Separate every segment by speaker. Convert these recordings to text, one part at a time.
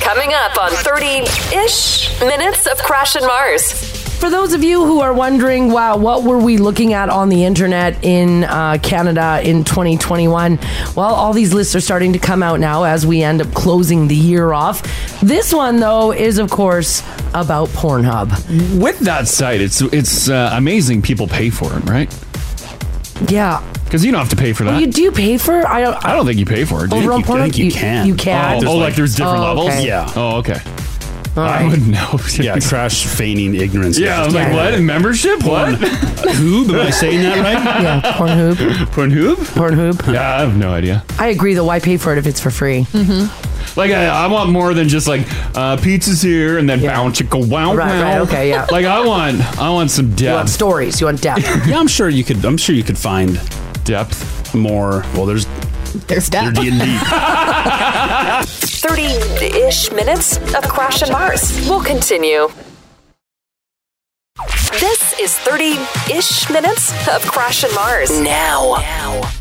Speaker 1: Coming up on 30 ish minutes of Crash and Mars.
Speaker 2: For those of you who are wondering, wow, what were we looking at on the internet in uh, Canada in 2021? Well, all these lists are starting to come out now as we end up closing the year off. This one, though, is of course about Pornhub.
Speaker 3: With that site, it's it's uh, amazing people pay for it, right?
Speaker 2: Yeah.
Speaker 3: Because you don't have to pay for that.
Speaker 2: Oh, You do you pay for? I don't.
Speaker 3: I don't think you pay for it. do you?
Speaker 2: Overall Pornhub? You- you can.
Speaker 3: Oh,
Speaker 2: There's
Speaker 3: oh, like,
Speaker 2: like-
Speaker 3: there's different
Speaker 2: Oh,
Speaker 3: levels.
Speaker 2: okay.
Speaker 3: Yeah. Oh, okay. I
Speaker 2: right.
Speaker 3: wouldn't know.
Speaker 4: yeah, crash feigning ignorance.
Speaker 3: Yeah, I'm like, what? Membership? What?
Speaker 4: Hoob? Am I saying that right?
Speaker 2: Yeah, Pornhub.
Speaker 3: Pornhub?
Speaker 2: Pornhub.
Speaker 3: Yeah, I have no idea.
Speaker 2: I agree, though. Why pay for it if it's for free?
Speaker 3: Like, I, I want more than just like uh, pizza's here and then bounce chicka wow
Speaker 2: Right,
Speaker 3: wow.
Speaker 2: right, okay, yeah.
Speaker 3: Like, I want, I want some
Speaker 2: You want
Speaker 3: depth.
Speaker 2: stories. You want depth.
Speaker 4: yeah, I'm sure you could. I'm sure you could find
Speaker 3: depth.
Speaker 4: more. Well, there's
Speaker 5: There's
Speaker 4: they're
Speaker 5: depth.
Speaker 4: D and D.
Speaker 1: 30 ish minutes of Crash and Mars. We'll continue. This is 30 ish minutes of Crash and Mars. Now.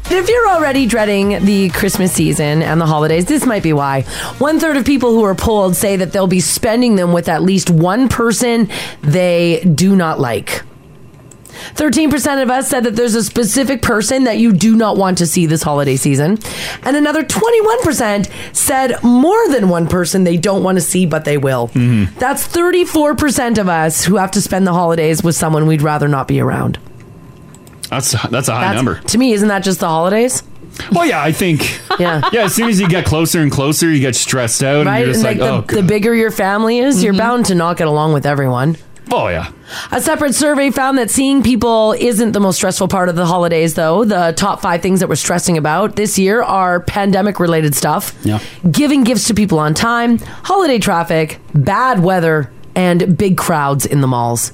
Speaker 2: If you're already dreading the Christmas season and the holidays, this might be why. One third of people who are polled say that they'll be spending them with at least one person they do not like. 13% of us said that there's a specific person that you do not want to see this holiday season. And another 21% said more than one person they don't want to see, but they will. That's 34% of us who have to spend the holidays with someone we'd rather not be around.
Speaker 3: That's that's a high
Speaker 2: That's,
Speaker 3: number.
Speaker 2: To me, isn't that just the holidays?
Speaker 3: Well, yeah, I think.
Speaker 2: Yeah.
Speaker 3: yeah, as soon as you get closer and closer, you get stressed out, and
Speaker 2: right?
Speaker 3: you're
Speaker 2: And
Speaker 3: just
Speaker 2: like,
Speaker 3: like, oh,
Speaker 2: the, the bigger your family is, you're bound to not get along with everyone.
Speaker 3: oh yeah.
Speaker 2: A separate survey found that seeing people isn't the most stressful part of the holidays, though. The top five things that we're stressing about this year are pandemic related stuff,
Speaker 4: Yeah.
Speaker 2: giving gifts to people on time, holiday traffic, bad weather, and big crowds in the malls.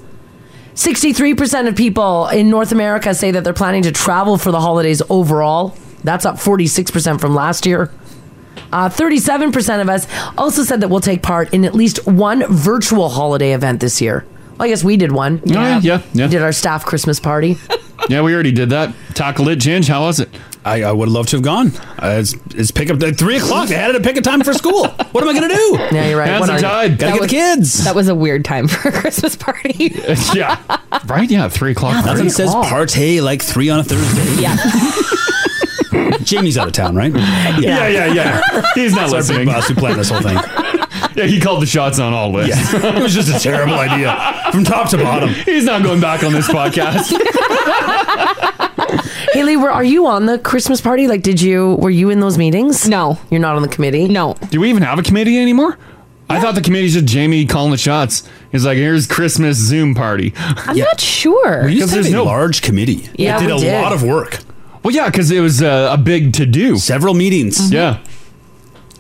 Speaker 2: 63% of people in North America say that they're planning to travel for the holidays overall. That's up 46% from last year. Uh, 37% of us also said that we'll take part in at least one virtual holiday event this year. Well, I guess we did one.
Speaker 3: Oh, Yeah, yeah, yeah.
Speaker 2: We did our staff Christmas party.
Speaker 3: Yeah, we already did that. Tackle it, Ginge. How was it?
Speaker 4: I, I would love to have gone. Uh, it's, it's pick up at three o'clock. They had to pick a time for school. What am I going to do?
Speaker 2: Yeah, you're right.
Speaker 3: Hands
Speaker 2: What
Speaker 3: are
Speaker 2: are you?
Speaker 3: tied.
Speaker 4: Gotta get the kids.
Speaker 5: That was a weird time for a Christmas party.
Speaker 3: yeah. Right? Yeah, three o'clock.
Speaker 2: Yeah,
Speaker 3: right?
Speaker 4: Nothing
Speaker 2: three
Speaker 4: says
Speaker 2: o'clock.
Speaker 4: partay like three on a Thursday.
Speaker 5: yeah.
Speaker 4: Jamie's out of town, right?
Speaker 3: Yeah,
Speaker 4: Yeah,
Speaker 3: yeah, yeah. He's not
Speaker 4: That's our
Speaker 3: listening.
Speaker 4: big boss who planned this whole thing.
Speaker 3: Yeah, he called the shots on all lists.
Speaker 4: Yeah. it was just a terrible idea from top to bottom.
Speaker 3: He's not going back on this podcast.
Speaker 2: Haley, were, are you on the Christmas party? Like, did you, were you in those meetings?
Speaker 5: No.
Speaker 2: You're not on the committee?
Speaker 5: No.
Speaker 3: Do we even have a committee anymore? I thought the committee's just Jamie calling the shots. He's like, here's Christmas Zoom party.
Speaker 5: I'm not sure.
Speaker 4: We used to
Speaker 3: there's
Speaker 4: have a
Speaker 3: no-
Speaker 4: large committee.
Speaker 2: Yeah,
Speaker 4: it did
Speaker 2: we
Speaker 4: a
Speaker 2: did.
Speaker 4: lot of work.
Speaker 3: Well, yeah, because it was uh, a big to do.
Speaker 4: Several
Speaker 2: Mm-hmm.
Speaker 4: meetings.
Speaker 3: Yeah.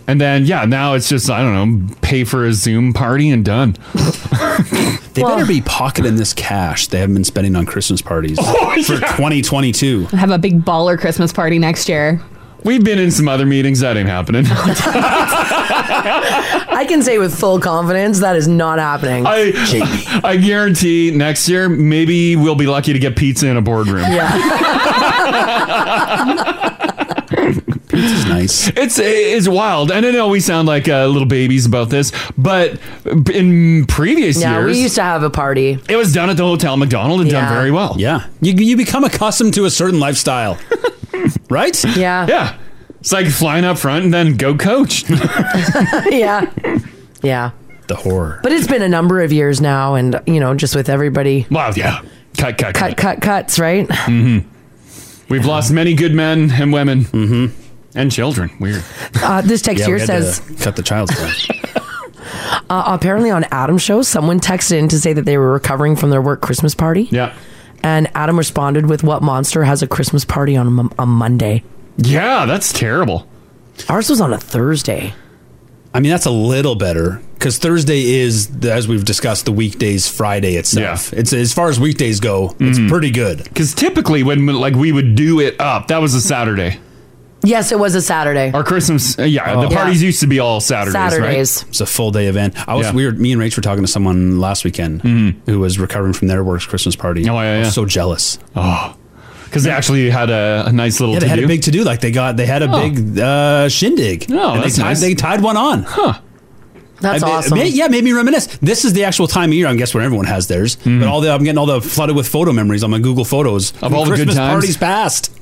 Speaker 3: And then, yeah, now it's just, I don't know, pay for a Zoom party and done.
Speaker 4: They better be pocketing this cash they haven't been spending on Christmas parties for 2022.
Speaker 5: have a big baller Christmas party next year.
Speaker 3: We've been in some other meetings. That ain't happening.
Speaker 2: I can say with full confidence that is not happening.
Speaker 3: I, I guarantee next year, maybe we'll be lucky to get pizza in a boardroom.
Speaker 4: It's nice.
Speaker 3: It's it's wild, and I know we sound like uh, little babies about this, but in previous
Speaker 2: yeah,
Speaker 3: years,
Speaker 2: we used to have a party.
Speaker 3: it was done at the hotel McDonald and
Speaker 2: Yeah.
Speaker 3: done very well.
Speaker 4: Yeah. You, you become accustomed to a certain lifestyle, right?
Speaker 2: Yeah.
Speaker 3: yeah. It's like flying up front and then go coach.
Speaker 2: yeah. Yeah.
Speaker 4: The horror.
Speaker 2: But it's been a number of years now, and, you know, just with everybody
Speaker 3: wow, yeah. Cut, cut,
Speaker 2: cut,
Speaker 3: cut.
Speaker 2: cut, cuts, right?
Speaker 3: We've lost many good men and women. Mm-hmm. And children. Weird.
Speaker 2: Uh, this text
Speaker 4: Yeah, we
Speaker 2: here
Speaker 4: had
Speaker 2: says.
Speaker 4: to cut the child's play.
Speaker 2: Uh, apparently, on Adam's show, someone texted in to say that they were recovering from their work Christmas party.
Speaker 3: Yeah.
Speaker 2: And Adam responded with, What monster has a Christmas party on a, mon- a Monday?
Speaker 3: Yeah, that's terrible.
Speaker 2: Ours was on a Thursday.
Speaker 4: I mean, that's a little better because Thursday is, as we've discussed, the weekdays Friday itself.
Speaker 3: Yeah. Mm-hmm.
Speaker 4: It's as far as weekdays go, it's pretty good.
Speaker 3: Because typically when like we would do it up, that was a Saturday.
Speaker 2: Yes, it was a Saturday.
Speaker 3: Our Christmas, uh, yeah, the
Speaker 2: Yeah.
Speaker 3: parties used to be all Saturdays, right?
Speaker 2: Saturdays.
Speaker 4: It's a full day event. I was
Speaker 3: Yeah. Mm-hmm.
Speaker 4: we were me and Rach were talking to someone last weekend who was recovering from their work's Christmas party.
Speaker 3: Oh, yeah,
Speaker 4: I was
Speaker 3: yeah.
Speaker 4: so jealous.
Speaker 3: Because they actually had a, a nice little
Speaker 4: Yeah, they
Speaker 3: to
Speaker 4: had
Speaker 3: do.
Speaker 4: a big to do. Like they got they had a big uh, shindig.
Speaker 3: Oh,
Speaker 4: and they
Speaker 3: that's
Speaker 4: tied
Speaker 3: nice.
Speaker 4: they tied one on.
Speaker 2: That's
Speaker 4: I- it-
Speaker 2: awesome.
Speaker 4: ma- yeah, made me reminisce. This is the actual time of year. I guess when everyone has theirs, but all the I'm getting all the flooded with photo memories on my Google Photos
Speaker 3: Mm-hmm. Of all the good
Speaker 4: Christmas
Speaker 3: times?
Speaker 4: parties past.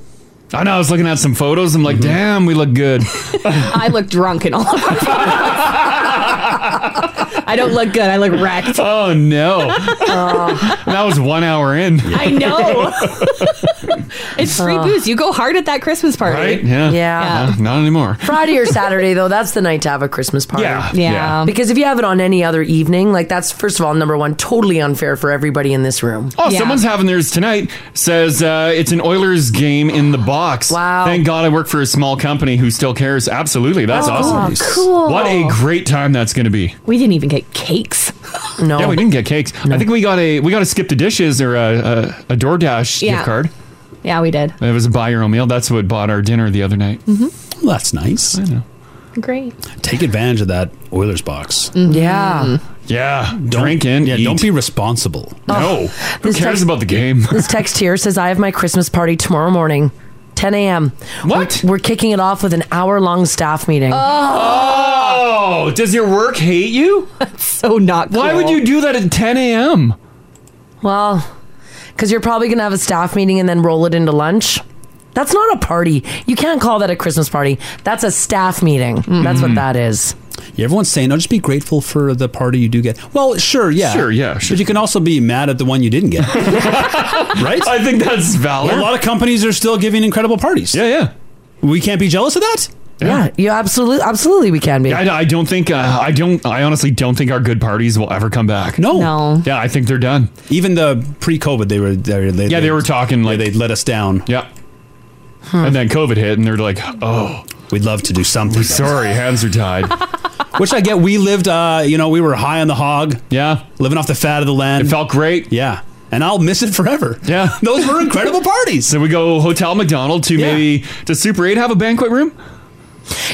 Speaker 3: I know. I was looking at some photos. I'm like, damn, we look good.
Speaker 5: I look drunk in all of our photos. I don't look good. I look wrecked.
Speaker 3: oh no, that was one hour in,
Speaker 5: I know. it's free booze. You go hard at that Christmas party.
Speaker 3: right? Yeah,
Speaker 2: Yeah.
Speaker 3: Uh, not anymore.
Speaker 2: Friday or Saturday though, that's the night to have a Christmas party.
Speaker 3: Yeah.
Speaker 5: Yeah.
Speaker 2: Because if you have it on any other evening, like that's first of all number one, totally unfair for everybody in this room.
Speaker 3: Oh,
Speaker 5: Yeah.
Speaker 3: someone's having theirs tonight. Says uh, it's an Oilers game in the box.
Speaker 2: Wow.
Speaker 3: Thank God I work for a small company who still cares. Absolutely. That's
Speaker 2: Oh,
Speaker 3: awesome.
Speaker 5: cool.
Speaker 3: What a great time that's going to be.
Speaker 5: We didn't even get cakes.
Speaker 2: No,
Speaker 3: Yeah,
Speaker 4: Oh.
Speaker 3: we didn't get cakes. I think we got a we got a skip the dishes or a a, a DoorDash
Speaker 5: Yeah.
Speaker 3: gift card.
Speaker 5: Yeah, we did.
Speaker 3: It was a buy your own meal. That's what bought our dinner the other night.
Speaker 4: Mm-hmm. Well, that's nice.
Speaker 5: Great. Mm-hmm.
Speaker 4: Take advantage of that Oilers box.
Speaker 2: yeah.
Speaker 3: Yeah, drink in.
Speaker 4: Yeah,
Speaker 3: eat.
Speaker 4: don't be responsible.
Speaker 3: No, who
Speaker 2: This
Speaker 3: cares
Speaker 2: text-
Speaker 3: about the game?
Speaker 2: This text here says, I have my Christmas party tomorrow morning, 10 a.m.
Speaker 3: What?
Speaker 2: We're kicking it off with an hour long staff meeting.
Speaker 3: Oh, does your work hate you?
Speaker 5: So not cool.
Speaker 3: Why would you do that at 10 a.m.?
Speaker 2: well, because you're probably going to have a staff meeting and then roll it into lunch. That's not a party. You can't call that a Christmas party. That's a staff meeting. That's
Speaker 3: Mm-hmm.
Speaker 2: what that is.
Speaker 4: Yeah, everyone's saying, "Oh, just be grateful for the party you do get." Well, sure, yeah,
Speaker 3: Sure, yeah, sure.
Speaker 4: But you can also be mad at the one you didn't get, right?
Speaker 3: I think that's valid.
Speaker 4: A lot of companies are still giving incredible parties.
Speaker 3: yeah, yeah.
Speaker 4: We can't be jealous of that.
Speaker 2: Yeah, you absolutely, absolutely, we can be.
Speaker 3: I, I don't think uh, I don't I honestly don't think our good parties will ever come back.
Speaker 4: No,
Speaker 5: No.
Speaker 3: Yeah, I think they're done.
Speaker 4: Even the pre-COVID, they were they, were- they
Speaker 3: Yeah, they were talking
Speaker 4: they,
Speaker 3: like
Speaker 4: they
Speaker 3: they
Speaker 4: let us down.
Speaker 3: yeah. And then COVID hit, and they're like, "Oh,
Speaker 4: We'd love to do something,
Speaker 3: sorry, hands are tied."
Speaker 4: which I get. We lived, uh, you know, we were high on the hog,
Speaker 3: Yeah,
Speaker 4: living off the fat of the land.
Speaker 3: it felt great.
Speaker 4: yeah, and I'll miss it forever.
Speaker 3: Yeah.
Speaker 4: those were incredible parties.
Speaker 3: So we go hotel McDonald to
Speaker 4: Yeah.
Speaker 3: maybe does Super Eight have a banquet room?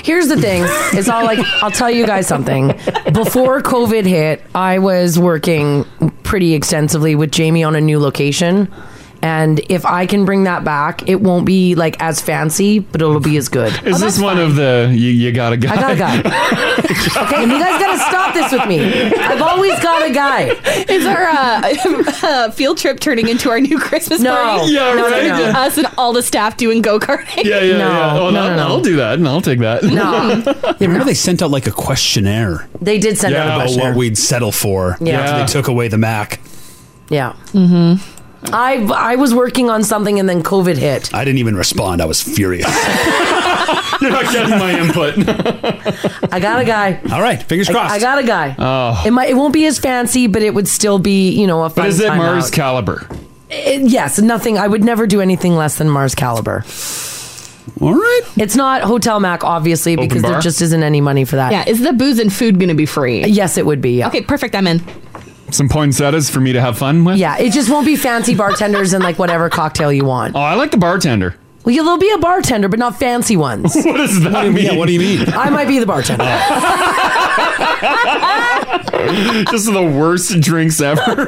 Speaker 2: Here's the thing. It's all like I'll tell you guys something. Before COVID hit, I was working pretty extensively with Jamie on a new location. And if I can bring that back, it won't be like as fancy, but it'll be as good.
Speaker 3: Is this one of the you, you got a guy?
Speaker 2: I got a guy. Okay, and you guys gotta stop this with me. I've always got a guy.
Speaker 5: Is our uh, uh, field trip turning into our new Christmas
Speaker 2: No.
Speaker 5: party?
Speaker 3: Yeah,
Speaker 5: No,
Speaker 3: right.
Speaker 5: It's gonna be
Speaker 3: Yeah.
Speaker 5: us and all the staff doing go karting.
Speaker 3: Yeah, yeah,
Speaker 2: No,
Speaker 3: yeah. Oh,
Speaker 2: no,
Speaker 3: I'll,
Speaker 2: no, no.
Speaker 3: I'll do that, and I'll take that.
Speaker 2: No,
Speaker 4: Yeah, remember they sent out like a questionnaire
Speaker 2: they did send out
Speaker 3: Yeah,
Speaker 2: a
Speaker 4: about
Speaker 2: question.
Speaker 4: what we'd settle for.
Speaker 2: Yeah.
Speaker 4: after they took away the Mac.
Speaker 2: Yeah. Mm-hmm. I I was working on something and then COVID hit.
Speaker 4: I didn't even respond. I was furious.
Speaker 3: You're not getting my input.
Speaker 2: I got a guy.
Speaker 4: All right, fingers crossed.
Speaker 2: I got a guy. It might. It won't be as fancy, but it would still be, you know, a fun
Speaker 3: Oh. But is it
Speaker 2: time
Speaker 3: Mars
Speaker 2: out.
Speaker 3: caliber?
Speaker 2: It- yes, nothing. I would never do anything less than Mars caliber.
Speaker 4: All right.
Speaker 2: It's not Hotel Mac, obviously,
Speaker 3: Open
Speaker 2: because there
Speaker 3: bar?
Speaker 2: just isn't any money for that.
Speaker 5: Yeah, is the booze and food going to be free?
Speaker 2: Yes, it would be. Yeah.
Speaker 5: Okay, perfect. I'm in.
Speaker 3: Some poinsettias for me to have fun with.
Speaker 2: Yeah, it just won't be fancy bartenders and like whatever cocktail you want.
Speaker 3: Oh, I like the bartender.
Speaker 2: Well, yeah, there'll be a bartender, but not fancy ones.
Speaker 3: What does that mean?
Speaker 4: Yeah, what do you mean?
Speaker 2: I might be the bartender.
Speaker 3: Just the worst drinks ever.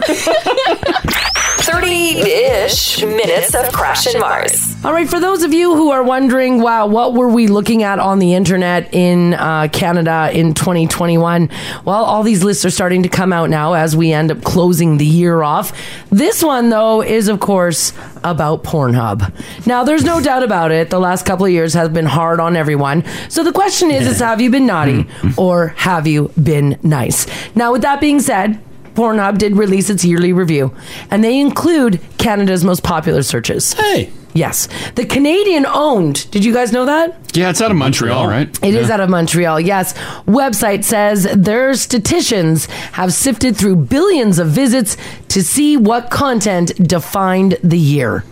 Speaker 1: 30 ish minutes of Crash and Mars.
Speaker 2: All right, for those of you who are wondering, wow, what were we looking at on the internet in uh, Canada in 2021? Well, all these lists are starting to come out now as we end up closing the year off. This one, though, is of course about Pornhub. Now, there's no doubt about it. The last couple of years has been hard on everyone. So the question is, is have you been naughty or have you been nice? Now, with that being said, Pornhub did release its yearly review, and they include Canada's most popular searches.
Speaker 4: Hey.
Speaker 2: Yes. The Canadian owned, did you guys know that?
Speaker 3: yeah, it's out of Montreal, right?
Speaker 2: It is out of Montreal, yes. Website says their statisticians have sifted through billions of visits to see what content defined the year.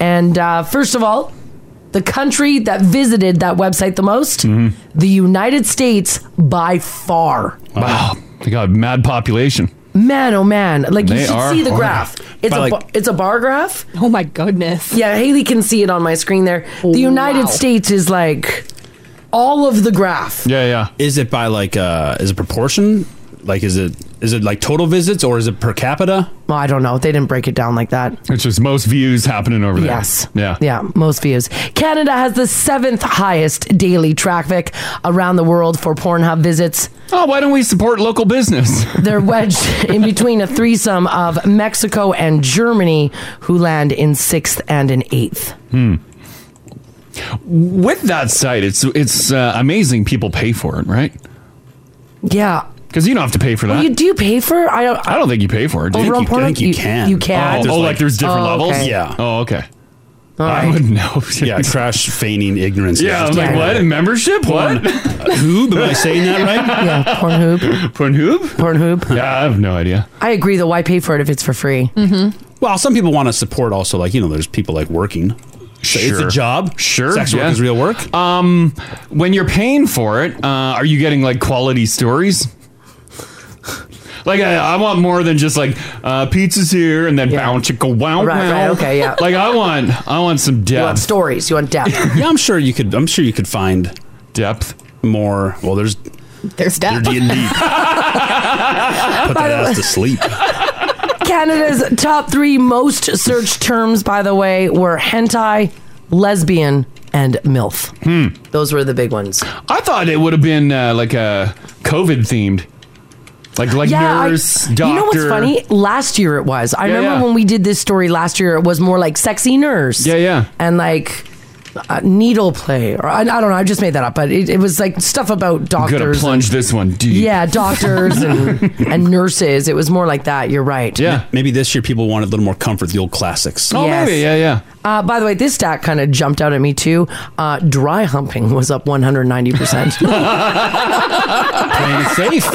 Speaker 2: And uh, first of all, the country that visited that website the most,
Speaker 3: Mm-hmm.
Speaker 2: the United States by far.
Speaker 3: Wow, they got a mad population.
Speaker 2: Man, oh man! Like you
Speaker 3: They
Speaker 2: should
Speaker 3: are
Speaker 2: see the
Speaker 3: horny.
Speaker 2: graph. It's
Speaker 4: But,
Speaker 2: a
Speaker 4: like-
Speaker 2: bar, it's a bar graph.
Speaker 5: Oh my goodness.
Speaker 2: Yeah, Haley can see it on my screen there.
Speaker 3: Oh,
Speaker 2: the United
Speaker 5: Wow.
Speaker 2: States is like all of the graph.
Speaker 3: Yeah, yeah.
Speaker 4: Is it by like uh is it proportion? like is it is it like total visits or is it per capita?
Speaker 2: Well, I don't know. They didn't break it down like that.
Speaker 3: It's just most views happening over there.
Speaker 2: Yes.
Speaker 3: Yeah.
Speaker 2: Yeah, most views. Canada has the seventh highest daily traffic around the world for Pornhub visits.
Speaker 3: Oh, why don't we support local business?
Speaker 2: They're wedged in between a threesome of Mexico and Germany, who land in sixth and in eighth.
Speaker 3: Hmm. With that site, it's it's uh, amazing people pay for it, right?
Speaker 2: Yeah.
Speaker 3: Because you don't have to pay for that.
Speaker 2: Well, you do you pay for? I don't.
Speaker 3: I don't think you pay for it. Do you?
Speaker 2: Overall porn? You- you can.
Speaker 3: Oh,
Speaker 2: There's
Speaker 3: oh,
Speaker 2: like-
Speaker 3: like, there's different
Speaker 2: Oh,
Speaker 3: levels.
Speaker 2: okay.
Speaker 4: Yeah.
Speaker 3: Oh, okay.
Speaker 2: All
Speaker 4: right.
Speaker 3: I wouldn't know.
Speaker 4: yeah, crash feigning ignorance.
Speaker 3: Yeah, I'm like, what? Membership? What?
Speaker 4: Hoob? Am I saying that right?
Speaker 2: Yeah, Pornhub.
Speaker 3: Pornhub?
Speaker 2: Pornhub?
Speaker 3: Yeah, I have no idea.
Speaker 2: I agree. Though, why pay for it if it's for free? Mm-hmm.
Speaker 4: Well, some people want to support also, like, you know, there's people like working. So It's a
Speaker 3: Sure.
Speaker 4: job.
Speaker 3: Sure.
Speaker 4: Sex work
Speaker 3: yeah.
Speaker 4: is real work.
Speaker 3: Um, when you're paying for it, uh, are you getting like quality stories? Like I, I want more than just like uh, pizzas here and then bounce chicka wow
Speaker 2: Right,
Speaker 3: wow.
Speaker 2: right, okay, yeah.
Speaker 3: Like I want, I want some depth.
Speaker 2: stories. You want depth.
Speaker 4: yeah, I'm sure you could. I'm sure you could find
Speaker 3: depth
Speaker 4: more. Well, there's
Speaker 5: there's depth.
Speaker 4: They're getting deep. Put that ass to sleep.
Speaker 2: Canada's top three most searched terms, by the way, were hentai, lesbian, and MILF. Hmm. Those were the big ones.
Speaker 3: I thought it would have been uh, like a COVID themed, like like
Speaker 2: I-
Speaker 3: nurse, doctor.
Speaker 2: You know what's funny? Last year it was. I
Speaker 3: Yeah,
Speaker 2: remember
Speaker 3: yeah.
Speaker 2: when we did this story last year, it was more like sexy nurse. Yeah,
Speaker 3: yeah.
Speaker 2: And like uh, needle play. Or I, I don't know. I just made that up, but it, it was like stuff about
Speaker 3: I'm
Speaker 2: doctors.
Speaker 3: gonna
Speaker 2: and-
Speaker 3: plunge this one deep.
Speaker 2: yeah, doctors and, and nurses. It was more like that. You're right.
Speaker 3: Yeah.
Speaker 4: Maybe this year people wanted a little more comfort, the old classics.
Speaker 2: Yes.
Speaker 3: Oh, yeah.
Speaker 2: Uh, by the way, this stat kind of jumped out at me too. Uh, dry humping was up 190%.
Speaker 3: Playing it safe.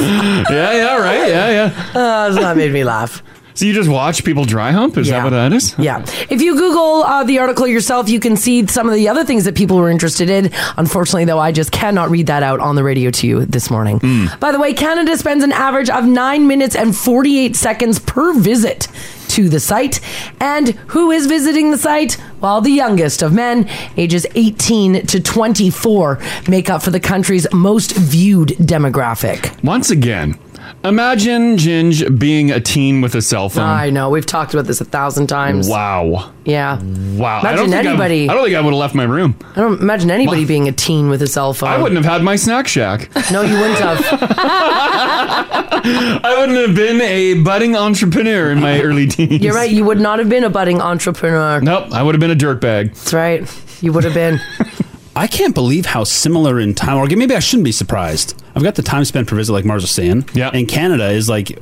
Speaker 3: yeah, yeah, right. Yeah, yeah.
Speaker 2: Uh, so that made me laugh.
Speaker 3: So you just watch people dry hump? Is that what that is?
Speaker 2: Yeah. If you Google uh, the article yourself, you can see some of the other things that people were interested in. Unfortunately, though, I just cannot read that out on the radio to you this morning.
Speaker 3: Hmm.
Speaker 2: By the way, Canada spends an average of nine minutes and 48 seconds per visit to the site. And who is visiting the site? Well, the youngest of men, ages 18 to 24, make up for the country's most viewed demographic.
Speaker 3: Once again, imagine Ginge being a teen with a cell phone.
Speaker 2: I know. We've talked about this a thousand times.
Speaker 3: Wow.
Speaker 2: Yeah.
Speaker 3: Wow. I
Speaker 2: Imagine
Speaker 3: don't think I-
Speaker 2: anybody.
Speaker 3: I don't think I would have left my room.
Speaker 2: I don't imagine anybody being a teen with a cell phone.
Speaker 3: I wouldn't have had my snack shack.
Speaker 2: No, you wouldn't have.
Speaker 3: I wouldn't have been a budding entrepreneur in my early teens.
Speaker 2: You're right. You would not have been a budding entrepreneur.
Speaker 3: Nope. I would have been a dirtbag.
Speaker 2: That's right. You would have been.
Speaker 4: I can't believe how similar in time, or maybe I shouldn't be surprised. I've got the time spent per visit, like Mars was saying. Yeah. And Canada is like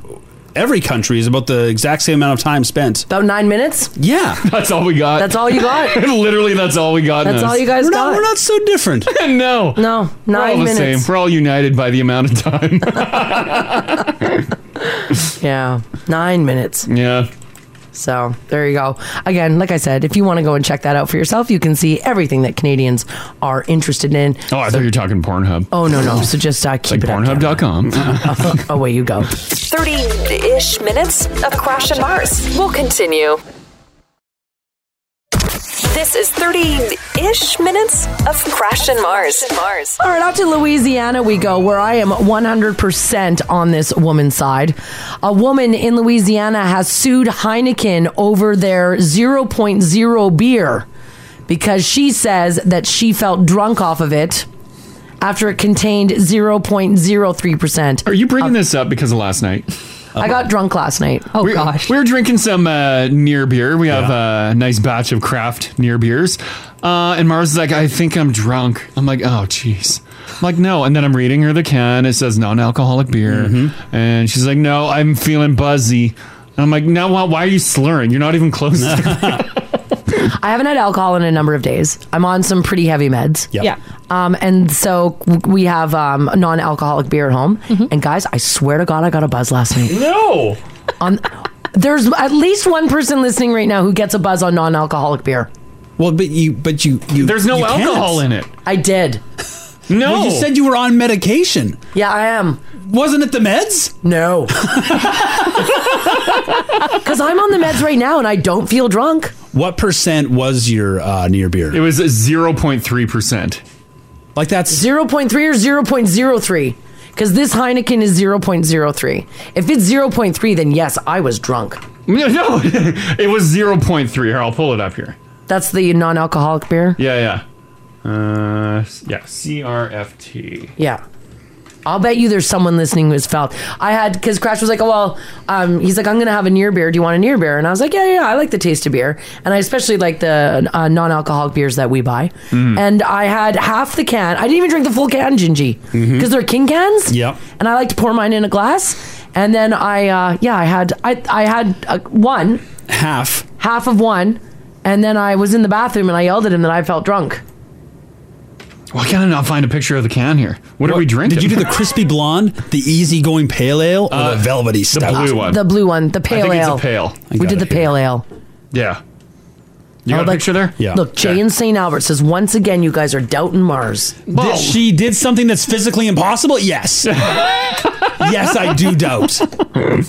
Speaker 4: every country is about the exact same amount of time spent.
Speaker 2: About nine minutes.
Speaker 4: Yeah,
Speaker 3: that's all we got.
Speaker 2: That's all you got.
Speaker 3: Literally, that's all we got. in
Speaker 2: That's
Speaker 3: us.
Speaker 2: all you guys
Speaker 4: we're
Speaker 2: got.
Speaker 4: Not, we're not so different.
Speaker 3: no.
Speaker 2: No.
Speaker 3: We're all
Speaker 2: Nine
Speaker 3: the
Speaker 2: minutes.
Speaker 3: same. We're all united by the amount of time.
Speaker 2: Yeah. Nine minutes.
Speaker 3: Yeah.
Speaker 2: So there you go. Again, like I said, if you want to go and check that out for yourself, you can see everything that Canadians are interested in.
Speaker 3: Oh, I thought you were talking Pornhub.
Speaker 2: Oh no no. So just uh, keep it up. Oh,
Speaker 3: Pornhub.com.
Speaker 2: Away you go.
Speaker 1: 30 ish minutes of Crash and Mars. We'll continue. This is 30 ish minutes of Crash and Mars. Mars.
Speaker 2: All right, out to Louisiana we go, where I am 100% on this woman's side. A woman in Louisiana has sued Heineken over their 0.0 beer because she says that she felt drunk off of it after it contained 0.03%.
Speaker 3: Are you bringing this up because of last night?
Speaker 2: I got drunk last night.
Speaker 5: Oh,
Speaker 3: we, We were drinking some uh, near beer. We have a nice batch of craft near beers. Uh, and Mars is like, I think I'm drunk. I'm like, oh, jeez. I'm like, no. And then I'm reading her the can. It says non alcoholic beer. And she's like, no, I'm feeling buzzy. And I'm like, now why, why are you slurring? You're not even close.
Speaker 2: I haven't had alcohol in a number of days. I'm on some pretty heavy meds.
Speaker 5: Yep. Yeah.
Speaker 2: Um, and so w- we have um, non-alcoholic beer at home. And guys, I swear to God, I got a buzz last night.
Speaker 3: No.
Speaker 2: On there's at least one person listening right now who gets a buzz on non-alcoholic beer.
Speaker 4: Well, but you, but you, you
Speaker 3: There's no
Speaker 4: you can't.
Speaker 3: alcohol in it.
Speaker 2: I did.
Speaker 3: No.
Speaker 4: Well, you said you were on medication.
Speaker 2: Yeah, I am.
Speaker 4: Wasn't it the meds?
Speaker 2: No. Because I'm on the meds right now and I don't feel drunk.
Speaker 4: What percent was your uh, near beer?
Speaker 3: It was 0.3%.
Speaker 4: Like that's
Speaker 2: 0.3 or 0.03. Because this Heineken is 0.03. If it's 0.3, then yes, I was drunk.
Speaker 3: No, no, it was 0.3. Here, I'll pull it up here.
Speaker 2: That's the non alcoholic beer.
Speaker 3: Yeah, yeah. Uh, yeah, CRFT.
Speaker 2: Yeah. I'll bet you there's someone listening who's felt. I had because Crash was like, "Oh well," um, he's like, "I'm gonna have a near beer. Do you want a near beer?" And I was like, "Yeah, yeah, yeah, I like the taste of beer, and I especially like the uh, non-alcoholic beers that we buy."
Speaker 6: Mm.
Speaker 2: And I had half the can. I didn't even drink the full can, Gingy, because
Speaker 3: Mm-hmm.
Speaker 6: Mhm.
Speaker 2: they're king cans.
Speaker 6: Yep.
Speaker 2: And I like to pour mine in a glass, and then I, uh, yeah, I had, I, I had uh, one
Speaker 4: half,
Speaker 2: half of one, and then I was in the bathroom and I yelled at him that I felt drunk.
Speaker 3: Why can I not find a picture of the can here? What, are we drinking?
Speaker 4: Did you do the crispy blonde, the easygoing pale ale, or the velvety stout?
Speaker 3: blue one.
Speaker 2: The blue one, the
Speaker 3: I
Speaker 2: pale
Speaker 3: think it's a
Speaker 2: ale.
Speaker 3: pale. I
Speaker 2: We
Speaker 3: got
Speaker 2: did
Speaker 3: it
Speaker 2: the pale ale.
Speaker 3: Yeah. You
Speaker 2: I
Speaker 3: got
Speaker 2: would
Speaker 3: a
Speaker 2: like-
Speaker 3: picture there?
Speaker 2: Look, Jay in St. Albert says, once again, you guys are doubting Mars.
Speaker 4: That she did something that's physically impossible? Yes. yes, I do doubt.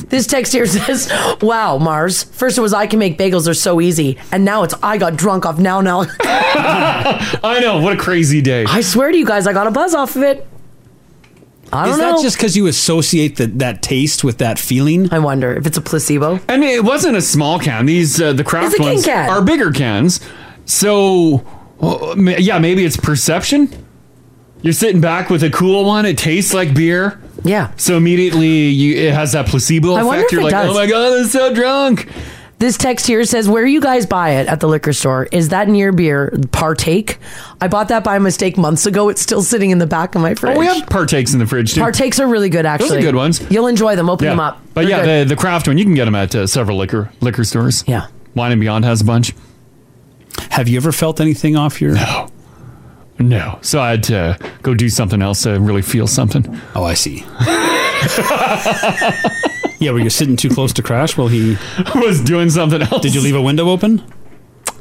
Speaker 2: This text here says, wow, Mars. First it was, I can make bagels, they're so easy. And now it's, I got drunk off now, now.
Speaker 3: I know. What a crazy day.
Speaker 2: I swear to you guys, I got a buzz off of it. I don't
Speaker 4: Is
Speaker 2: know.
Speaker 4: that just because you associate the, that taste with that feeling?
Speaker 2: I wonder if it's a placebo.
Speaker 3: I mean, it wasn't a small can. These uh,
Speaker 2: It's
Speaker 3: the
Speaker 2: a
Speaker 3: craft
Speaker 2: king
Speaker 3: ones
Speaker 2: can.
Speaker 3: are bigger cans. So, well, ma- yeah, maybe it's perception. You're sitting back with a cool one. It tastes like beer.
Speaker 2: Yeah.
Speaker 3: So immediately you, it has that placebo
Speaker 2: I wonder
Speaker 3: effect.
Speaker 2: if
Speaker 3: You're
Speaker 2: it
Speaker 3: like,
Speaker 2: does.
Speaker 3: oh my god, I'm so drunk.
Speaker 2: This text here says, where you guys buy it at the liquor store, is that near beer partake? I bought that by mistake months ago. It's still sitting in the back of my fridge.
Speaker 3: Oh, we have partakes in the fridge too.
Speaker 2: Partakes are really good, actually.
Speaker 3: good ones.
Speaker 2: You'll enjoy them. Open
Speaker 3: yeah.
Speaker 2: them up.
Speaker 3: But
Speaker 2: They're good.
Speaker 3: yeah, the, the craft one you can get them at uh, several liquor liquor stores.
Speaker 2: Yeah.
Speaker 3: Wine and Beyond has a bunch.
Speaker 4: Have you ever felt anything off your?
Speaker 3: No. No. So I had to go do something else to really feel something.
Speaker 4: Oh, I see. Yeah, were you sitting too close to Crash while he
Speaker 3: was doing something else?
Speaker 4: Did you leave a window open?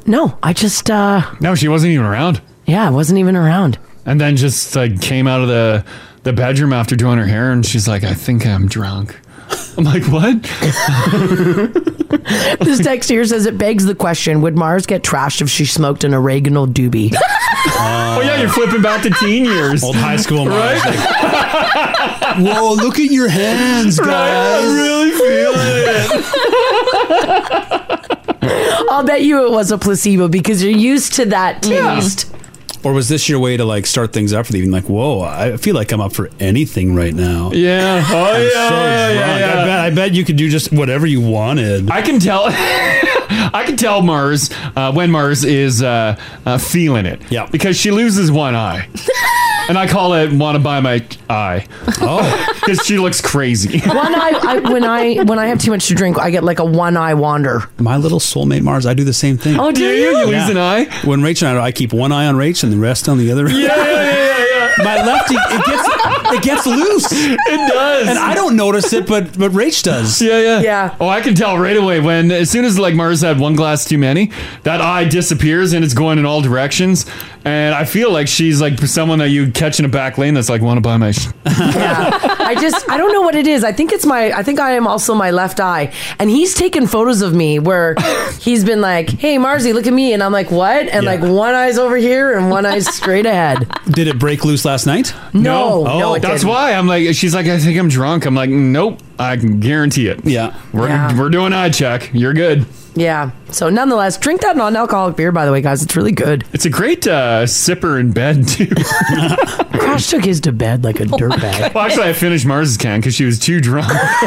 Speaker 2: No, I just uh
Speaker 3: No, she wasn't even around.
Speaker 2: yeah, I wasn't even around.
Speaker 3: And then just like came out of the the bedroom after doing her hair, and she's like, "I think I'm drunk." I'm like, "What?"
Speaker 2: this text here says it begs the question: Would Mars get trashed if she smoked an oregano doobie?
Speaker 3: oh yeah, you're flipping back to teen years,
Speaker 4: old high school,
Speaker 3: right?
Speaker 4: Whoa, look at your hands, guys.
Speaker 3: I really feel it.
Speaker 2: I'll bet you it was a placebo because you're used to that taste.
Speaker 4: Or was this your way to like start things up for the evening? Like, whoa, I feel like I'm up for anything right now.
Speaker 3: Yeah. Oh
Speaker 4: I'm
Speaker 3: yeah.
Speaker 4: so
Speaker 3: yeah,
Speaker 4: drunk.
Speaker 3: yeah.
Speaker 4: I, bet, I bet you could do just whatever you wanted.
Speaker 3: I can tell. I can tell Mars uh, when Mars is uh, uh, feeling it. Yeah. Because she loses one eye. and I call it "want to buy my eye." Oh. Because she looks crazy.
Speaker 2: One eye, I, when I when I have too much to drink, I get like a one eye wander.
Speaker 4: My little soulmate Mars, I do the same thing.
Speaker 2: Oh, do Do you? you? You lose
Speaker 4: Yeah.
Speaker 2: an
Speaker 3: eye?
Speaker 4: When Rach and I, I keep one eye on Rach and the rest on the other.
Speaker 3: yeah,
Speaker 4: My lefty, it gets it gets loose. It
Speaker 3: does.
Speaker 4: and I don't notice it, but but Rach does.
Speaker 3: Yeah, yeah,
Speaker 2: yeah.
Speaker 3: Oh, I can tell right away when, as soon as like Mars had one glass too many, that eye disappears and it's going in all directions. And I feel like she's like someone that you catch in a back lane that's like, want to buy my. Sh-.
Speaker 2: I just I don't know what it is. I think it's my I think I am also my left eye. And he's taken photos of me where he's been like, "Hey, Marzy, look at me," and I'm like, "What?" And like one eye's over here and one eye's straight ahead.
Speaker 4: Did it break loose last night?
Speaker 3: Mm.
Speaker 2: No, no, it
Speaker 3: Oh, that's
Speaker 2: didn't.
Speaker 3: why I'm like. She's like, I think I'm drunk. I'm like, nope. I can guarantee it.
Speaker 4: Yeah,
Speaker 3: we're
Speaker 2: Yeah.
Speaker 3: we're doing eye check. You're good.
Speaker 2: Yeah. So nonetheless, drink that non-alcoholic beer, by the way, guys. It's really good.
Speaker 3: It's a great uh, sipper in bed too.
Speaker 2: Crash took his to bed like a dirtbag.
Speaker 3: well, actually, I finished Mars's can because she was too drunk.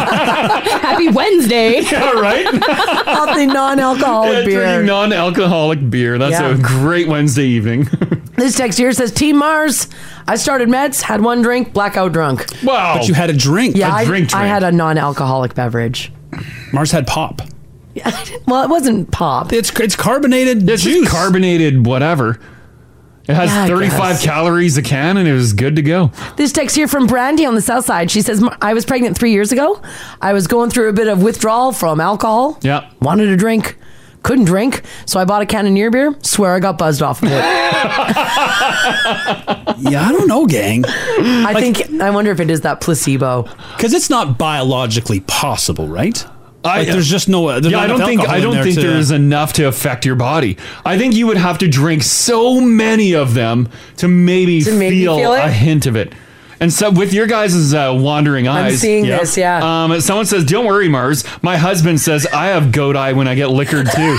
Speaker 5: Happy Wednesday.
Speaker 3: yeah, right.
Speaker 2: Off the non-alcoholic
Speaker 3: Yeah,
Speaker 2: beer.
Speaker 3: Drinking non-alcoholic beer. That's
Speaker 2: Yeah.
Speaker 3: a great Wednesday evening.
Speaker 2: This text here says, "Team Mars, I started Mets, had one drink, blackout drunk.
Speaker 3: Wow!
Speaker 4: But you had a drink.
Speaker 2: Yeah,
Speaker 4: a
Speaker 2: I
Speaker 4: drink,
Speaker 2: I
Speaker 4: drink.
Speaker 2: had a non-alcoholic beverage.
Speaker 4: Mars had pop.
Speaker 2: Well, it wasn't pop.
Speaker 4: It's it's carbonated
Speaker 3: It's just carbonated whatever. It has
Speaker 2: Yeah, I
Speaker 3: 35
Speaker 2: guess.
Speaker 3: calories a can, and it was good to go.
Speaker 2: This text here from Brandy on the south side. She says, "I was pregnant three years ago. I was going through a bit of withdrawal from alcohol.
Speaker 3: Yeah.
Speaker 2: Wanted a drink." Couldn't drink, so I bought a can of near beer. Swear I got buzzed off of it.
Speaker 4: Yeah, I don't know, gang.
Speaker 2: I think I wonder if it is that placebo.
Speaker 4: Because it's not biologically possible, right?
Speaker 3: I-
Speaker 4: like, there's just no. There's
Speaker 3: yeah,
Speaker 4: not
Speaker 3: I don't
Speaker 4: enough
Speaker 3: think
Speaker 4: alcohol
Speaker 3: I
Speaker 4: in
Speaker 3: don't
Speaker 4: there
Speaker 3: think
Speaker 4: to-
Speaker 3: there's enough to affect your body. I think you would have to drink so many of them to maybe,
Speaker 2: To maybe
Speaker 3: feel,
Speaker 2: feel it?
Speaker 3: a hint of it. And so with your guys' uh, wandering
Speaker 2: I'm
Speaker 3: eyes,
Speaker 2: seeing this, yeah.
Speaker 3: Um, someone says, "Don't worry, Mars. My husband says I have goat eye when I get liquored too.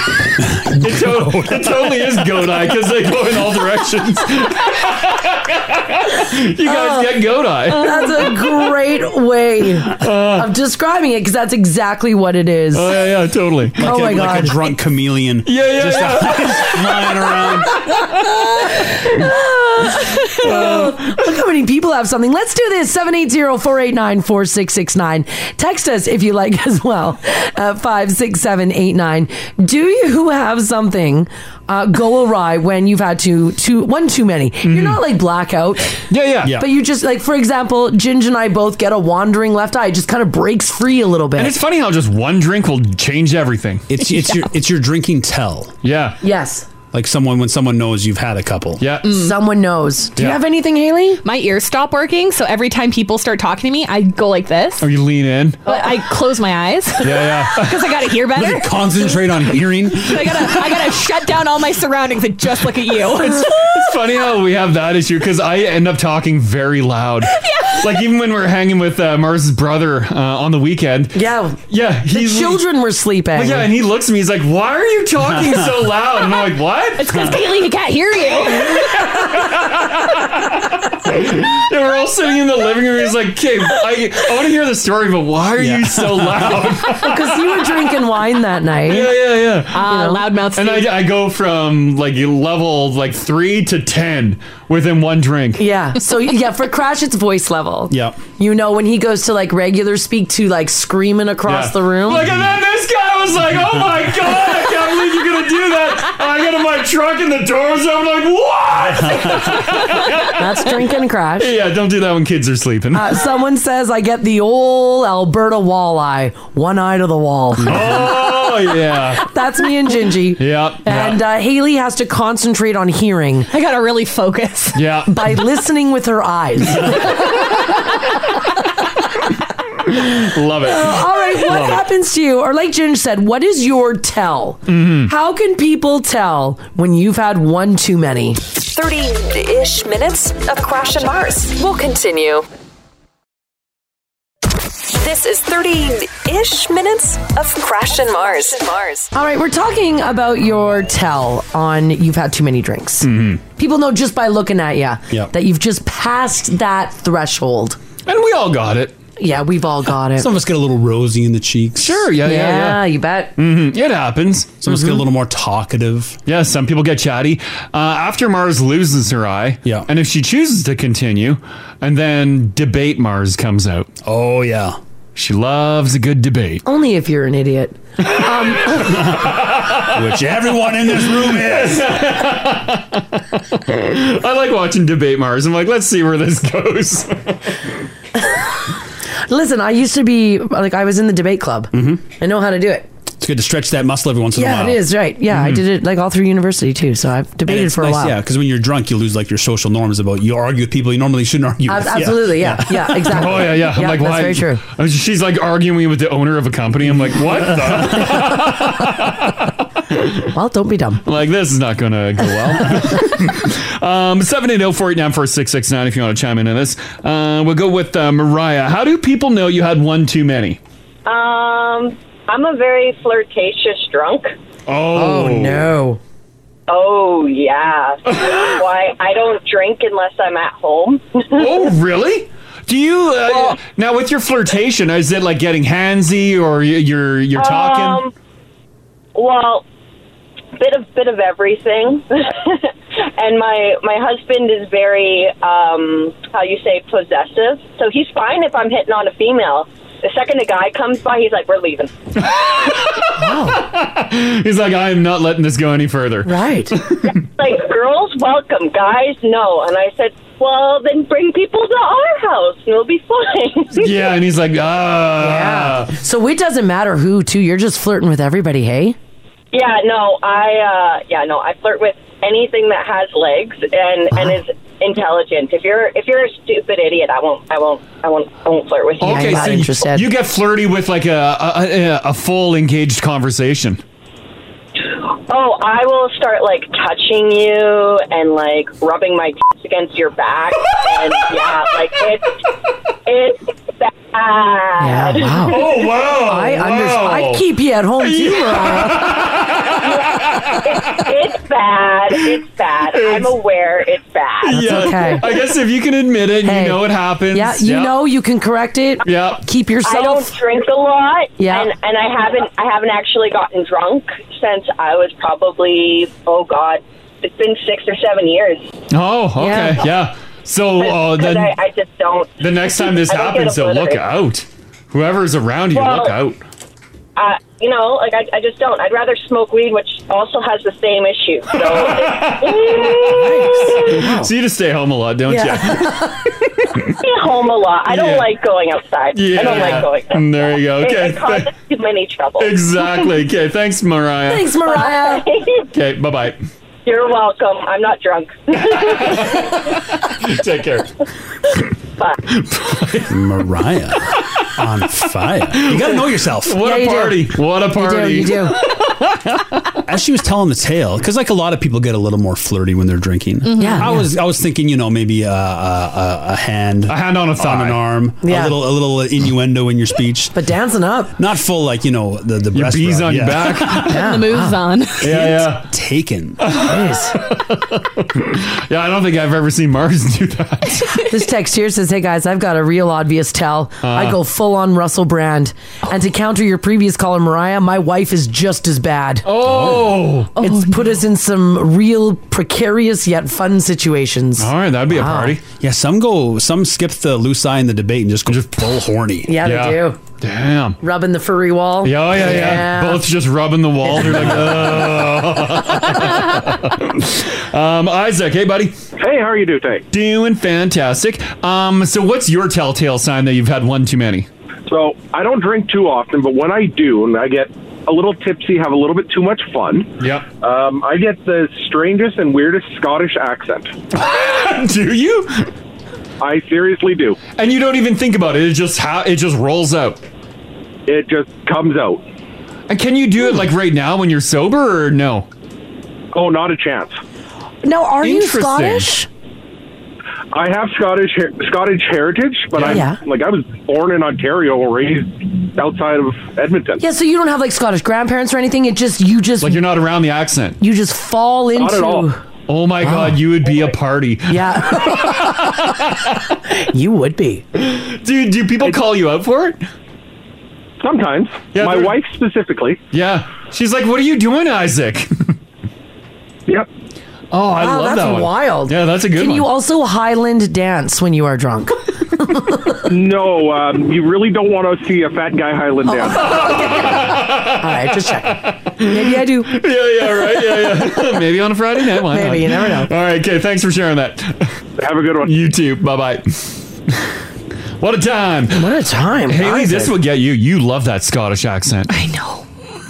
Speaker 3: it, to- it totally is goat eye because they go in all directions. you
Speaker 2: Oh.
Speaker 3: guys get goat eye.
Speaker 2: That's a great way
Speaker 3: Uh.
Speaker 2: of describing it because that's exactly what it is.
Speaker 3: Oh yeah, yeah, totally.
Speaker 4: Like,
Speaker 2: oh
Speaker 4: a,
Speaker 2: my god.
Speaker 4: like a drunk chameleon.
Speaker 3: Yeah, yeah,
Speaker 4: Just
Speaker 3: yeah.
Speaker 4: flying around.
Speaker 2: Oh, Look how many people have something. Let's do this 780 489 4669. Text us if you like as well at 56789. Do you have something uh, go awry when you've had to, too, one too many? You're not like blackout.
Speaker 3: Yeah, yeah. Mm-hmm. Yeah.
Speaker 2: But you just, like, for example, Ginge and I both get a wandering left eye. It just kind of breaks free a little bit.
Speaker 3: And it's funny how just one drink will change everything.
Speaker 4: It's it's your it's your drinking tell.
Speaker 3: Yeah.
Speaker 2: yes.
Speaker 4: Like someone when someone knows you've had a couple.
Speaker 3: Yeah.
Speaker 2: Someone knows. Do you
Speaker 3: Yeah.
Speaker 2: have anything, Haley?
Speaker 5: My ears stop working, so every time people start talking to me, I go like this.
Speaker 3: Or Oh, you lean in.
Speaker 5: But I close my eyes
Speaker 3: Yeah, yeah.
Speaker 5: because I gotta hear better.
Speaker 4: Really concentrate on hearing.
Speaker 5: I gotta, I gotta shut down all my surroundings and just look at you.
Speaker 3: It's, it's funny how we have that issue because I end up talking very loud. Yeah. Like even when we're hanging with uh, Mars's brother uh, on the weekend.
Speaker 2: Yeah.
Speaker 3: Yeah.
Speaker 2: The
Speaker 3: He's
Speaker 2: children were sleeping.
Speaker 3: yeah, and he looks at me. He's like, "Why are you talking so loud?" And I'm like, "What?"
Speaker 5: It's because Kaylee, he can't hear you.
Speaker 3: And we're all sitting in the living room. He's like, "Okay, I, I want to hear the story, but why are you so loud?"
Speaker 2: Because you were drinking wine that night.
Speaker 3: yeah, yeah, yeah.
Speaker 5: Uh, loudmouth.
Speaker 3: And
Speaker 5: Steve.
Speaker 3: I, I go from like level like three to ten within one drink.
Speaker 2: Yeah. So yeah, for Crash, it's voice level.
Speaker 4: Yeah.
Speaker 2: You know when he goes to like regular speak to like screaming across
Speaker 3: Yeah.
Speaker 2: the room.
Speaker 3: Like, and then this guy was like, "Oh my god, I can't believe you're gonna do that!" I get in my truck and the doors open. Like, what?
Speaker 2: That's drinking Crash.
Speaker 3: yeah, don't do that when kids are sleeping.
Speaker 2: Uh, someone says I get the old Alberta walleye, one eye to the wall.
Speaker 3: oh yeah,
Speaker 2: That's me and Gingy.
Speaker 3: yeah,
Speaker 2: And uh, Haley has to concentrate on hearing
Speaker 5: I gotta really focus.
Speaker 3: yeah.
Speaker 2: by listening with her eyes.
Speaker 3: Love it.
Speaker 2: All right, what happens to you? Or like Ginge said, what is your tell? How can people tell when you've had one too many?
Speaker 1: 30 ish minutes of Crash and Mars. We'll continue. This is 30 ish minutes of Crash and Mars. Mars.
Speaker 2: All right, we're talking about your tell on you've had too many drinks. People know just by looking at you
Speaker 4: Yep.
Speaker 2: that you've just passed that threshold.
Speaker 3: And we all got it.
Speaker 2: Yeah, we've all got it.
Speaker 4: Some of us get a little rosy in the cheeks.
Speaker 3: Sure. Mm-hmm. Yeah,
Speaker 2: yeah,
Speaker 3: yeah, yeah.
Speaker 2: you bet.
Speaker 3: Mhm, It happens.
Speaker 4: Some of us get a little more talkative.
Speaker 3: Yeah, some people get chatty. Uh, after Mars loses her eye,
Speaker 4: Yeah.
Speaker 3: and if she chooses to continue, and then debate Mars comes out.
Speaker 4: Oh yeah.
Speaker 3: She loves a good debate.
Speaker 2: Only if you're an idiot.
Speaker 4: Which everyone in this room is.
Speaker 3: I like watching debate Mars. I'm like, let's see where this goes.
Speaker 2: Listen, I used to be like I was in the debate club. I know how to do it.
Speaker 4: It's good to stretch that muscle every once in a
Speaker 2: Yeah,
Speaker 4: while.
Speaker 2: it is right. Yeah, I did it like all through university too. So I've
Speaker 4: And
Speaker 2: debated
Speaker 4: it's
Speaker 2: for a
Speaker 4: nice,
Speaker 2: while.
Speaker 4: Yeah, because when you're drunk, you lose like your social norms about you argue with people you normally shouldn't argue
Speaker 2: Ab-
Speaker 4: with.
Speaker 2: absolutely, yeah. yeah, exactly.
Speaker 3: Oh yeah, yeah. I'm like,
Speaker 2: that's
Speaker 3: why?
Speaker 2: very true.
Speaker 3: I was- She's like arguing with the owner of a company. I'm like, what? the?
Speaker 2: Well, don't be dumb.
Speaker 3: I'm like, this is not going to go well. um, seven eight zero four eight nine four six six nine. If you want to chime in on this, uh, we'll go with uh, Mariah. How do people know you had one too many?
Speaker 6: Um, I'm a very flirtatious drunk.
Speaker 3: Oh,
Speaker 2: no.
Speaker 6: Oh yeah, That's why I don't drink unless I'm at home.
Speaker 3: Oh really? Do you uh, now with your flirtation? Is it like getting handsy or y- you're you're talking?
Speaker 6: Um, well, bit of bit of everything. and my my husband is very um, how you say possessive, so he's fine if I'm hitting on a female. The second a guy comes by, he's like, "We're leaving."
Speaker 3: He's like, I am not letting this go any further.
Speaker 2: Right.
Speaker 3: Uh.
Speaker 6: Like, girls welcome, guys no. And I said, "Well, then bring people to our house, and it'll be fine."
Speaker 3: Yeah, and he's like, ah.
Speaker 2: So it doesn't matter who, too. You're just flirting with everybody, hey?
Speaker 6: Yeah, no, I uh yeah, no, I flirt with anything that has legs and and is intelligent. If you're if you're a stupid idiot, I won't I won't I won't I won't flirt with you.
Speaker 2: I'm
Speaker 3: Okay,
Speaker 2: not
Speaker 3: so you-
Speaker 2: interested.
Speaker 3: you get flirty with like a a, a a full engaged conversation.
Speaker 6: Oh, I will start like touching you and like rubbing my against your back, and yeah, like it's it's bad.
Speaker 2: Yeah, wow.
Speaker 3: Oh,
Speaker 2: I understand. I keep you at home too. Mariah.
Speaker 6: it's bad. It's bad. I'm aware it's bad.
Speaker 2: okay.
Speaker 3: I guess if you can admit it, you know it happens.
Speaker 2: Yeah, you know you can correct it.
Speaker 3: Yeah.
Speaker 2: Keep yourself.
Speaker 6: I don't drink a lot.
Speaker 2: Yeah.
Speaker 6: And, and I haven't I haven't actually gotten drunk since I was probably oh god it's been six or seven years.
Speaker 3: Oh, okay, yeah.
Speaker 6: Yeah.
Speaker 3: So uh,
Speaker 6: 'Cause
Speaker 3: then
Speaker 6: I, I just don't.
Speaker 3: the next time this
Speaker 6: I don't get
Speaker 3: happens, so look
Speaker 6: obliterated.
Speaker 3: out. Whoever's around you,
Speaker 6: Well-
Speaker 3: look out.
Speaker 6: Uh, you know, like I, I just don't. I'd rather smoke weed, which also has the same issue. So
Speaker 3: So you just stay home a lot, don't you?
Speaker 6: stay home a lot. I don't
Speaker 3: Yeah.
Speaker 6: like going outside. I don't like going.
Speaker 3: And There you go.
Speaker 6: It-
Speaker 3: Okay.
Speaker 6: It causes too many trouble.
Speaker 3: exactly. Okay. Thanks, Mariah.
Speaker 6: Thanks, Mariah.
Speaker 3: okay. Bye bye.
Speaker 6: You're welcome. I'm not drunk.
Speaker 3: Take care.
Speaker 4: Mariah on fire. You got to know yourself.
Speaker 3: What a party. What a party.
Speaker 4: As she was telling the tale, because like a lot of people get a little more flirty when they're drinking.
Speaker 2: Mm-hmm.
Speaker 3: Mhm. Yeah,
Speaker 4: I
Speaker 3: yeah.
Speaker 4: was I was thinking, you know, maybe a, a, a, a hand, a
Speaker 3: hand on a
Speaker 4: thumb, an arm,
Speaker 2: Yeah.
Speaker 4: a little a little innuendo in your speech,
Speaker 2: but dancing up,
Speaker 4: not full like you know the the breast
Speaker 3: bees
Speaker 4: rub.
Speaker 3: on your
Speaker 4: Yeah.
Speaker 3: back. Yeah, The moves wow. on. Yeah,
Speaker 4: Hint
Speaker 3: yeah.
Speaker 4: Taken.
Speaker 3: yeah, I don't think I've ever seen Mars do that.
Speaker 2: this text here says, "Hey guys, I've got a real obvious tell.
Speaker 3: Uh.
Speaker 2: I go full on Russell Brand, and to counter your previous caller, Mariah, my wife is just as bad.
Speaker 3: Oh,
Speaker 2: it's put us in some real precarious yet fun situations.
Speaker 3: All right, that'd be a party.
Speaker 4: Yeah, some go, some skip the loose eye in the debate and just go just full horny.
Speaker 2: Yeah, they do.
Speaker 3: Damn.
Speaker 2: Rubbing the furry wall.
Speaker 3: Yeah, oh, yeah, yeah, Both just rubbing the wall. They're like, oh. um, Isaac, hey, buddy. Hey,
Speaker 7: how are you doing today?
Speaker 3: Doing fantastic. Um, so, what's your telltale sign that you've had one too many?
Speaker 7: So I don't drink too often, but when I do, and I get a little tipsy, have a little bit too much fun.
Speaker 3: Yeah.
Speaker 7: Um, I get the strangest and weirdest Scottish accent.
Speaker 3: do you?
Speaker 7: I seriously do.
Speaker 3: And you don't even think about it. It just ha- it just rolls out.
Speaker 7: It just comes out.
Speaker 3: And can you do it like right now when you're sober or no?
Speaker 7: Oh, not a chance.
Speaker 2: Now, are
Speaker 7: you Scottish? I have Scottish her- Scottish heritage, but I'm
Speaker 2: Yeah.
Speaker 7: like I was born in Ontario, raised outside of Edmonton.
Speaker 2: Yeah, so you don't have like Scottish grandparents or anything. It just you just
Speaker 3: Like you're not around the accent.
Speaker 2: you just fall into.
Speaker 3: Oh my god, you would be a party.
Speaker 2: Yeah. you would be.
Speaker 3: Do do people call you out for it?
Speaker 7: Sometimes.
Speaker 3: Yeah,
Speaker 7: My
Speaker 3: they're-
Speaker 7: wife specifically.
Speaker 3: Yeah. She's like, "What are you doing, Isaac?"
Speaker 7: yep.
Speaker 3: Oh, I
Speaker 2: Wow,
Speaker 3: love
Speaker 2: that's
Speaker 3: that one.
Speaker 2: wild.
Speaker 3: Yeah, that's a good
Speaker 2: Can
Speaker 3: one.
Speaker 2: you also Highland dance when you are drunk?
Speaker 7: no, um, you really don't want to see a fat guy Highland
Speaker 2: Oh.
Speaker 7: dance.
Speaker 2: All right, just check. Maybe I do.
Speaker 3: yeah, yeah, right. Yeah, yeah. Maybe on a Friday night. Why
Speaker 2: Maybe,
Speaker 3: not?
Speaker 2: you never know.
Speaker 3: All right, okay. Thanks for sharing that.
Speaker 7: Have a good one.
Speaker 3: You too. Bye bye. what a time.
Speaker 2: What a time.
Speaker 3: Haley, this
Speaker 2: Isaac.
Speaker 3: will get you. You love that Scottish accent. I know.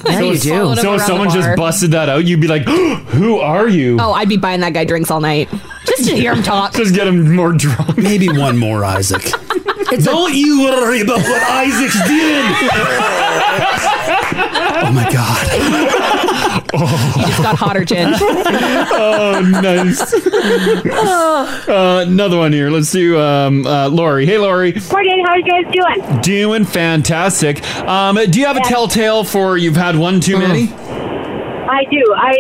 Speaker 2: Yeah, you do.
Speaker 3: So if someone just busted that out, you'd be like, "Who are you?"
Speaker 5: Oh, I'd be buying that guy drinks all night just to hear him talk.
Speaker 3: Just get him more drunk.
Speaker 4: Maybe one more, Isaac. Don't you worry about what Isaac's doing. oh my God.
Speaker 5: He just got hotter gin.
Speaker 3: oh, nice. uh, another one here. Let's do um, uh, Lori. Hey, Lori.
Speaker 8: Morning, how are you guys doing?
Speaker 3: Doing fantastic. Um, do you have a
Speaker 8: Yeah. Mm.
Speaker 3: telltale for you've had one too many?
Speaker 8: I do. I,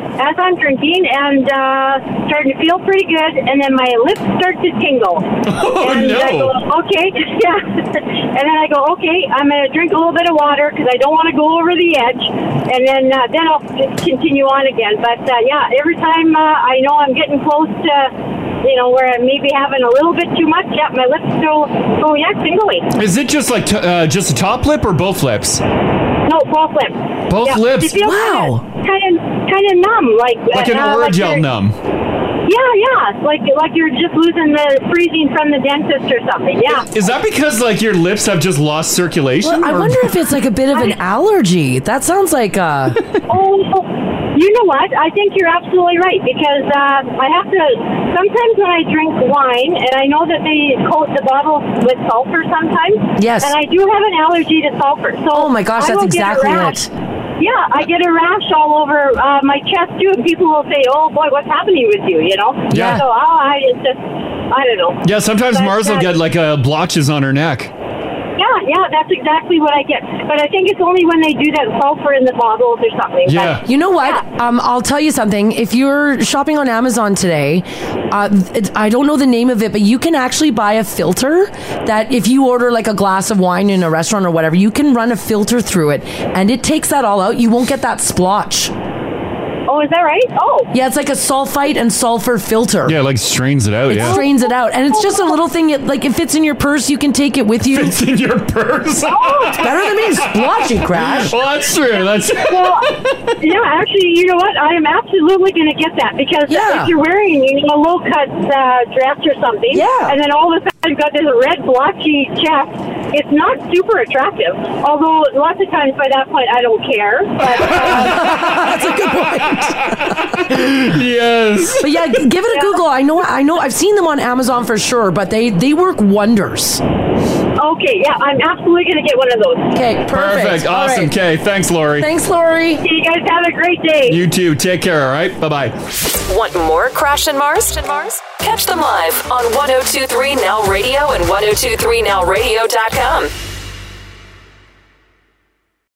Speaker 8: uh, as I'm drinking and uh, starting to feel pretty good, and then my lips start to tingle.
Speaker 3: Oh,
Speaker 8: and I
Speaker 3: no.
Speaker 8: go, okay, yeah. and then I go, okay, I'm going to drink a little bit of water because I don't want to go over the edge. And then uh, then I'll just continue on again. But uh, yeah, every time uh, I know I'm getting close to, you know, where I maybe having a little bit too much, yeah, my lips go, go yeah, tingly.
Speaker 3: Is it just like t- uh, just a top lip or both lips?
Speaker 8: No, both lips.
Speaker 3: Both lips.
Speaker 8: It feels
Speaker 3: Wow.
Speaker 8: Kind of, kind of numb, like
Speaker 3: Like an
Speaker 8: uh, like
Speaker 3: Orajel
Speaker 8: you're-
Speaker 3: numb.
Speaker 8: Yeah, yeah, like like you're just losing the freezing from the dentist or something. Yeah.
Speaker 3: Is that because like your lips have just lost circulation?
Speaker 2: Well, I
Speaker 3: or-
Speaker 2: wonder if it's like a bit of an allergy. That sounds like uh
Speaker 8: oh, you know what? I think you're absolutely right because uh, I have to. Sometimes when I drink wine, and I know that they coat the bottle with sulfur sometimes.
Speaker 2: Yes.
Speaker 8: And I do have an allergy to sulfur. So
Speaker 2: Oh my gosh,
Speaker 8: I
Speaker 2: that's
Speaker 8: will get a
Speaker 2: exactly
Speaker 8: rash.
Speaker 2: it.
Speaker 8: Yeah, I get a rash all over uh, my chest too, and people will say, "Oh boy, what's happening with you?" You know.
Speaker 3: Yeah.
Speaker 8: So oh, I it's just, I don't know.
Speaker 3: Yeah, sometimes
Speaker 8: But,
Speaker 3: Mars will
Speaker 8: uh,
Speaker 3: get like uh, blotches on her neck.
Speaker 8: Yeah, yeah, that's exactly what I get. But I think it's only when they do that sulfur in the bottles or something. But-
Speaker 2: You know what? Um, I'll tell you something. If you're shopping on Amazon today, uh, it, I don't know the name of it, but you can actually buy a filter that if you order like a glass of wine in a restaurant or whatever, you can run a filter through it and it takes that all out. You won't get that splotch.
Speaker 8: Oh, is that right? Oh.
Speaker 2: Yeah, it's like a sulfite and sulfur filter.
Speaker 3: Yeah, like strains it out.
Speaker 2: It
Speaker 3: yeah.
Speaker 2: strains it out. And it's just a little thing. It, like, it fits in your purse. You can take it with you. Fits
Speaker 3: in your purse.
Speaker 2: oh, it's better than being splotchy, Crash.
Speaker 3: Well, that's true. That's
Speaker 8: well, yeah. Actually, you know what? I am absolutely going to get that because
Speaker 2: Yeah.
Speaker 8: if you're wearing you know, a low cut uh, dress or something,
Speaker 2: Yeah.
Speaker 8: and then all of a sudden you've got this red blotchy chest, it's not super attractive. Although lots of times by that point I don't care. But,
Speaker 2: That's a good
Speaker 3: point. yes.
Speaker 2: But yeah, g- give it a Google. I know. I know. I've seen them on Amazon for sure, but they they work wonders.
Speaker 8: okay, yeah, I'm absolutely going to get one of those.
Speaker 2: Okay, perfect.
Speaker 3: Perfect.
Speaker 2: All
Speaker 3: Awesome.
Speaker 2: right.
Speaker 3: Okay. Thanks, Lori.
Speaker 2: Thanks, Lori.
Speaker 8: You guys have a great day.
Speaker 3: You too. Take care. All right. Bye bye.
Speaker 1: Want more Crash and Mars? And Mars? oh Catch them live on 1023 Now Radio and 1023nowradio.com.